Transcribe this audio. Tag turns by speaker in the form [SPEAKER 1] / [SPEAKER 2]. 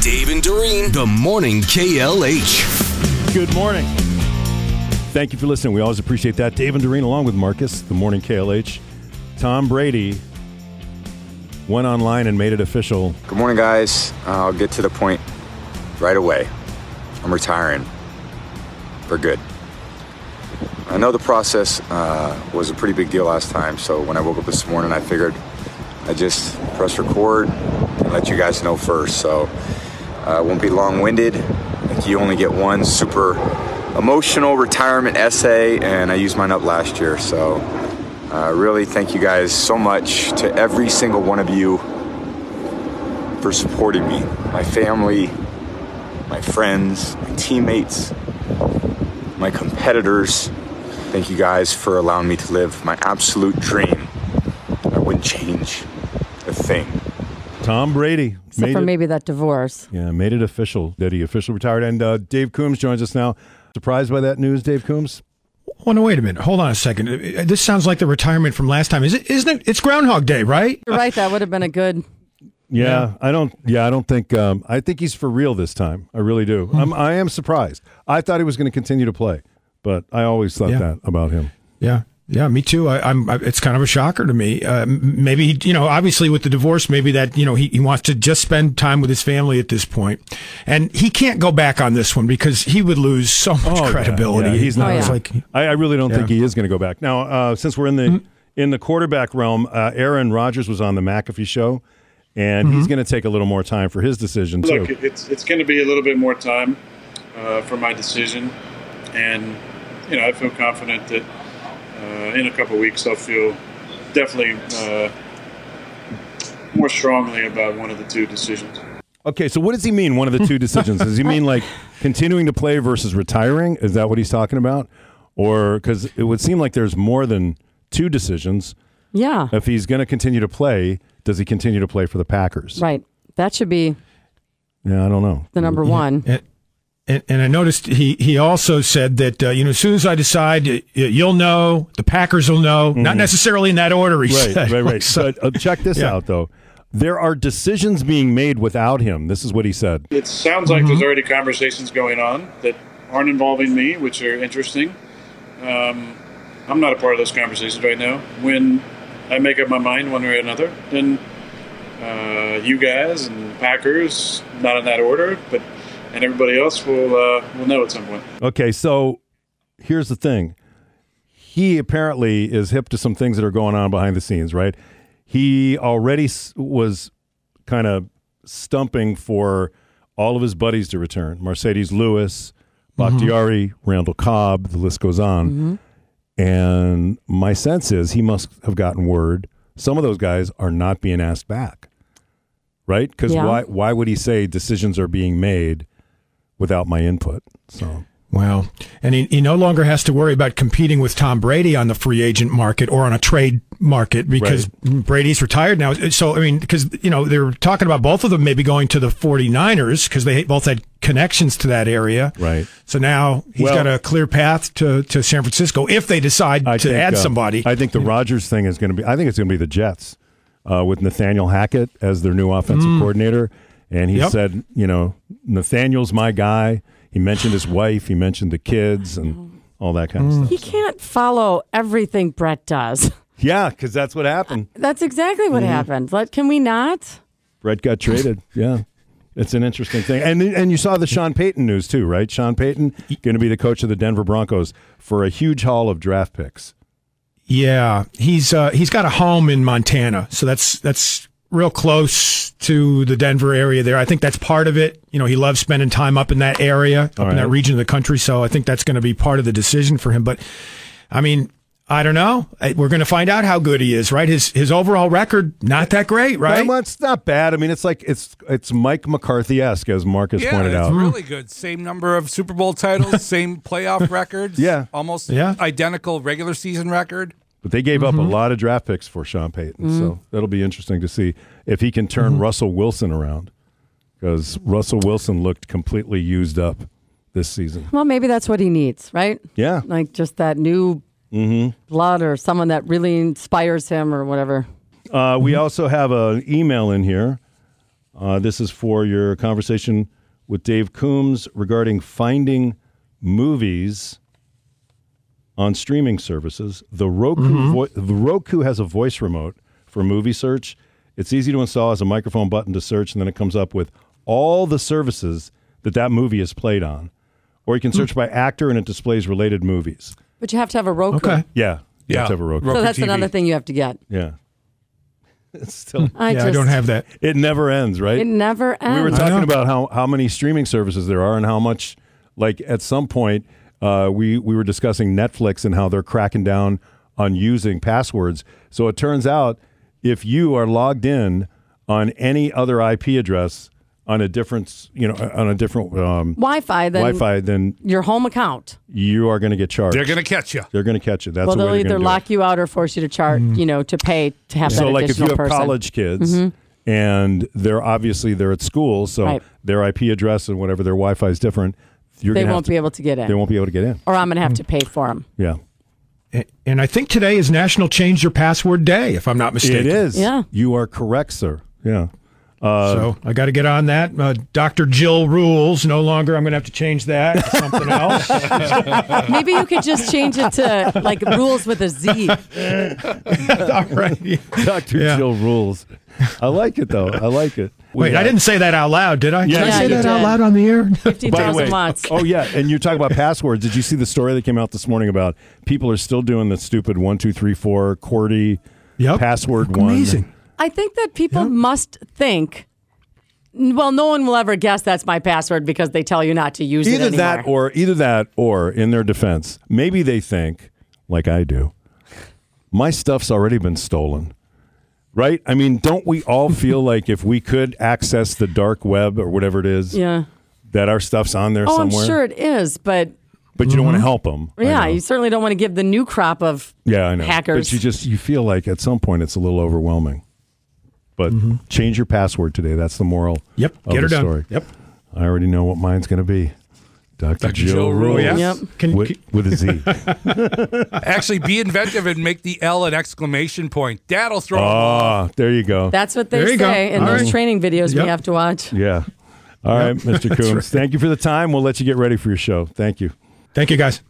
[SPEAKER 1] Dave and Doreen, the morning KLH.
[SPEAKER 2] Good morning. Thank you for listening. We always appreciate that. Dave and Doreen, along with Marcus, the morning KLH. Tom Brady went online and made it official.
[SPEAKER 3] Good morning, guys. Uh, I'll get to the point right away. I'm retiring for good. I know the process uh, was a pretty big deal last time, so when I woke up this morning, I figured I just press record and let you guys know first. So uh, it won't be long-winded. Like you only get one super emotional retirement essay, and I used mine up last year. So uh, really, thank you guys so much to every single one of you for supporting me, my family, my friends, my teammates, my competitors. Thank you guys for allowing me to live my absolute dream. I wouldn't change a thing.
[SPEAKER 2] Tom Brady
[SPEAKER 4] Except
[SPEAKER 2] made
[SPEAKER 4] for
[SPEAKER 2] it,
[SPEAKER 4] maybe that divorce.
[SPEAKER 2] yeah, made it official that he officially retired. And uh, Dave Coombs joins us now. Surprised by that news, Dave Coombs?
[SPEAKER 5] Well, no, wait a minute. Hold on a second. Uh, This sounds like the retirement from last time. Is it? Isn't it? It's Groundhog Day, right?
[SPEAKER 4] You're right. That would have been a good.
[SPEAKER 2] Yeah, I don't. Yeah, I don't think. Um, I think he's for real this time. I really do. I'm, I am surprised. I thought he was going to continue to play, but I always thought
[SPEAKER 5] Yeah.
[SPEAKER 2] that about him.
[SPEAKER 5] Yeah, yeah. Me too. I, I'm. I, it's kind of a shocker to me. Uh, m- maybe you know, obviously with the divorce, maybe that you know he, he wants to just spend time with his family at this point, and he can't go back on this one because he would lose so much
[SPEAKER 2] Oh, yeah,
[SPEAKER 5] credibility.
[SPEAKER 2] yeah, he's not-
[SPEAKER 4] Oh,
[SPEAKER 5] It's
[SPEAKER 4] yeah.
[SPEAKER 5] like
[SPEAKER 2] I, I really don't think
[SPEAKER 5] Yeah. Mm-hmm.
[SPEAKER 2] he is going to go back. Now, uh, since we're in the in the quarterback realm, uh, Aaron Rodgers was on the McAfee show, and
[SPEAKER 5] Mm-hmm.
[SPEAKER 2] he's going to take a little more time for his decision
[SPEAKER 6] Look,
[SPEAKER 2] too.
[SPEAKER 6] it's it's going to be a little bit more time uh, for my decision, and you know I feel confident that uh, in a couple weeks I'll feel definitely uh, more strongly about one of the two decisions.
[SPEAKER 2] Okay, so what does he mean? One of the two decisions does he mean like continuing to play versus retiring? Is that what he's talking about? Or because it would seem like there's more than two decisions.
[SPEAKER 4] Yeah.
[SPEAKER 2] If he's going to continue to play, does he continue to play for the Packers?
[SPEAKER 4] Right. That should be
[SPEAKER 2] Yeah, I don't know.
[SPEAKER 4] the number one.
[SPEAKER 5] And, and, and I noticed he, he also said that, uh, you know, as soon as I decide, y- y- you'll know, the Packers will know, not necessarily in that order, he
[SPEAKER 2] Mm-hmm. right,
[SPEAKER 5] said.
[SPEAKER 2] right, right.
[SPEAKER 5] So-
[SPEAKER 2] But uh, check this
[SPEAKER 5] Yeah.
[SPEAKER 2] out, though. There are decisions being made without him. This is what he said.
[SPEAKER 6] It sounds like there's already conversations going on that aren't involving me, which are interesting. Um, I'm not a part of those conversations right now. When I make up my mind one way or another, then uh, you guys and Packers, not in that order, but and everybody else will uh, will know at some point.
[SPEAKER 2] Okay, so here's the thing. He apparently is hip to some things that are going on behind the scenes, right? He already s- was kind of stumping for all of his buddies to return Mercedes Lewis, Bakhtiari, Randall Cobb, the list goes on. And my sense is he must have gotten word some of those guys are not being asked back, right? Because
[SPEAKER 4] Yeah.
[SPEAKER 2] why, why would he say decisions are being made without my input? So.
[SPEAKER 5] Well, and he, he no longer has to worry about competing with Tom Brady on the free agent market or on a trade market because Brady's retired now. So, I mean, because, you know, they were talking about both of them maybe going to the 49ers because they both had connections to that area.
[SPEAKER 2] Right.
[SPEAKER 5] So now he's
[SPEAKER 2] Well-
[SPEAKER 5] got a clear path to, to San Francisco if they decide to
[SPEAKER 2] think,
[SPEAKER 5] add
[SPEAKER 2] uh,
[SPEAKER 5] somebody.
[SPEAKER 2] I think the Rogers thing is going to be. I think it's going to be the Jets uh, with Nathaniel Hackett as their new offensive coordinator. And he
[SPEAKER 5] Mm. Yep.
[SPEAKER 2] said, you know, Nathaniel's my guy. He mentioned his wife. He mentioned the kids and all that kind of
[SPEAKER 5] Mm.
[SPEAKER 4] He
[SPEAKER 2] stuff.
[SPEAKER 4] can't follow everything Brett does.
[SPEAKER 2] Yeah, because that's what happened.
[SPEAKER 4] That's exactly what happened. Let, can we not?
[SPEAKER 2] Brett got traded. Yeah. It's an interesting thing, and and you saw the Sean Payton news too, right? Sean Payton going to be the coach of the Denver Broncos for a huge haul of draft picks.
[SPEAKER 5] Yeah, he's uh, he's got a home in Montana, so that's that's real close to the Denver area. There, I think that's part of it. You know, he loves spending time up in that area, up
[SPEAKER 2] All
[SPEAKER 5] in
[SPEAKER 2] right.
[SPEAKER 5] that region of the country. So I think that's going to be part of the decision for him. But I mean, I don't know. I- We're going to find out how good he is, right? His his overall record not that great, right?
[SPEAKER 2] Well, it's not bad. I mean, it's like it's it's Mike McCarthy esque, as Marcus
[SPEAKER 7] Yeah,
[SPEAKER 2] pointed
[SPEAKER 7] that's
[SPEAKER 2] out.
[SPEAKER 7] really good. Same number of Super Bowl titles, same playoff records.
[SPEAKER 2] Yeah.
[SPEAKER 7] almost
[SPEAKER 5] Yeah.
[SPEAKER 7] identical regular season record.
[SPEAKER 2] But they gave up a lot of draft picks for Sean Payton, so that'll be interesting to see if he can turn Russell Wilson around because Russell Wilson looked completely used up this season.
[SPEAKER 4] Well, maybe that's what he needs, right?
[SPEAKER 2] Yeah,
[SPEAKER 4] Like just that new blood or someone that really inspires him or whatever.
[SPEAKER 2] uh, we also have an email in here. Uh, this is for your conversation with Dave Coombs regarding finding movies on streaming services. The Roku,
[SPEAKER 7] Mm-hmm.
[SPEAKER 2] voi- the Roku has a voice remote for movie search. It's easy to install as a microphone button to search, and then it comes up with all the services that that movie is played on. Or you
[SPEAKER 7] Hmm.
[SPEAKER 2] can search by actor, and it displays related movies.
[SPEAKER 4] But you have to have a Roku.
[SPEAKER 5] Okay.
[SPEAKER 2] Yeah, you
[SPEAKER 7] Yeah.
[SPEAKER 2] have to have a Roku.
[SPEAKER 7] Roku.
[SPEAKER 4] So that's
[SPEAKER 7] TV.
[SPEAKER 4] another thing you have to get.
[SPEAKER 2] Yeah, it's still
[SPEAKER 4] I
[SPEAKER 5] yeah,
[SPEAKER 4] just,
[SPEAKER 5] I don't have that.
[SPEAKER 2] it never ends, right?
[SPEAKER 4] It never ends.
[SPEAKER 2] We were
[SPEAKER 5] I
[SPEAKER 2] talking
[SPEAKER 5] know.
[SPEAKER 2] about how, how many streaming services there are and how much, like, at some point, uh, we, we were discussing Netflix and how they're cracking down on using passwords. So it turns out if you are logged in on any other IP address on a different, you know, on a different um,
[SPEAKER 4] Wi-Fi. Then
[SPEAKER 2] Wi-Fi, then
[SPEAKER 4] Your home account.
[SPEAKER 2] you are going to get charged.
[SPEAKER 7] They're going to catch you.
[SPEAKER 2] They're going to catch you. That's
[SPEAKER 4] Well,
[SPEAKER 2] the way
[SPEAKER 4] they'll
[SPEAKER 2] they're
[SPEAKER 4] either
[SPEAKER 2] gonna do it.
[SPEAKER 4] lock you out or force you to chart. You know, to pay to have
[SPEAKER 2] so
[SPEAKER 4] that
[SPEAKER 2] like if you
[SPEAKER 4] additional
[SPEAKER 2] have
[SPEAKER 4] person. Mm-hmm.
[SPEAKER 2] college kids and they're obviously they're at school so
[SPEAKER 4] Right.
[SPEAKER 2] their ip address and whatever their wi-fi is different you're
[SPEAKER 4] they
[SPEAKER 2] gonna have
[SPEAKER 4] won't
[SPEAKER 2] to-
[SPEAKER 4] be able to get
[SPEAKER 2] they
[SPEAKER 4] in,
[SPEAKER 2] won't be able to get in
[SPEAKER 4] or I'm going to have to pay for them.
[SPEAKER 2] yeah
[SPEAKER 5] A- And I think today is National Change Your Password Day, if I'm not
[SPEAKER 2] it
[SPEAKER 5] mistaken.
[SPEAKER 2] is
[SPEAKER 4] Yeah.
[SPEAKER 2] you are correct sir yeah
[SPEAKER 5] so I got to get on that. Uh, Dr. Jill rules. No longer I'm going to have to change that. to Something else.
[SPEAKER 2] Mm.
[SPEAKER 4] Maybe you could just change it to like rules with a Z.
[SPEAKER 5] All right.
[SPEAKER 2] dr
[SPEAKER 5] Yeah.
[SPEAKER 2] jill rules i like it though i like it We
[SPEAKER 5] Wait, I
[SPEAKER 2] have-
[SPEAKER 5] didn't say that out loud, did I? did
[SPEAKER 4] Yeah,
[SPEAKER 5] I say
[SPEAKER 4] you
[SPEAKER 5] that out
[SPEAKER 4] did.
[SPEAKER 5] loud on the air?
[SPEAKER 4] Fifteen
[SPEAKER 2] by the
[SPEAKER 4] thousand
[SPEAKER 2] way,
[SPEAKER 4] watts.
[SPEAKER 2] oh yeah, and you're talking about passwords. Did you see the story that came out this morning about people are still doing the stupid one two three four QWERTY
[SPEAKER 5] Yep.
[SPEAKER 2] password one?
[SPEAKER 5] Amazing.
[SPEAKER 4] I think that people must think. Well, no one will ever guess that's my password because they tell you not to use it
[SPEAKER 2] either
[SPEAKER 4] anymore.
[SPEAKER 2] that or either that or in their defense maybe they think like i do my stuff's already been stolen right i mean don't we all feel like if we could access the dark web or whatever it is
[SPEAKER 4] yeah.
[SPEAKER 2] that our stuff's on there
[SPEAKER 4] Oh,
[SPEAKER 2] somewhere
[SPEAKER 4] I'm sure it is, but
[SPEAKER 2] but you don't want to help them
[SPEAKER 4] yeah, you certainly don't want to give the new crop of
[SPEAKER 2] yeah i know
[SPEAKER 4] hackers.
[SPEAKER 2] but you just you feel like at some point it's a little overwhelming but
[SPEAKER 4] Mm-hmm.
[SPEAKER 2] change your password today that's the moral
[SPEAKER 5] Yep.
[SPEAKER 2] of
[SPEAKER 5] Get
[SPEAKER 2] the
[SPEAKER 5] her done.
[SPEAKER 2] story.
[SPEAKER 5] Yep.
[SPEAKER 2] i already know what mine's going to be dr,
[SPEAKER 7] Jill
[SPEAKER 2] jill
[SPEAKER 7] Rule,
[SPEAKER 2] rule
[SPEAKER 5] yeah.
[SPEAKER 4] Yep.
[SPEAKER 5] Can,
[SPEAKER 2] with,
[SPEAKER 5] can-
[SPEAKER 2] with a z
[SPEAKER 7] Actually, be inventive and make the L an exclamation point. That'll throw 'em off.
[SPEAKER 2] Ah, there you go.
[SPEAKER 4] That's what they
[SPEAKER 5] There you
[SPEAKER 4] say
[SPEAKER 5] go.
[SPEAKER 4] in
[SPEAKER 5] All
[SPEAKER 4] those
[SPEAKER 5] right.
[SPEAKER 4] training videos
[SPEAKER 5] Yep.
[SPEAKER 4] we have to watch.
[SPEAKER 2] yeah. All right, Mr. Coombs. Thank you for the time. We'll let you get ready for your show. Thank you.
[SPEAKER 5] thank you, guys.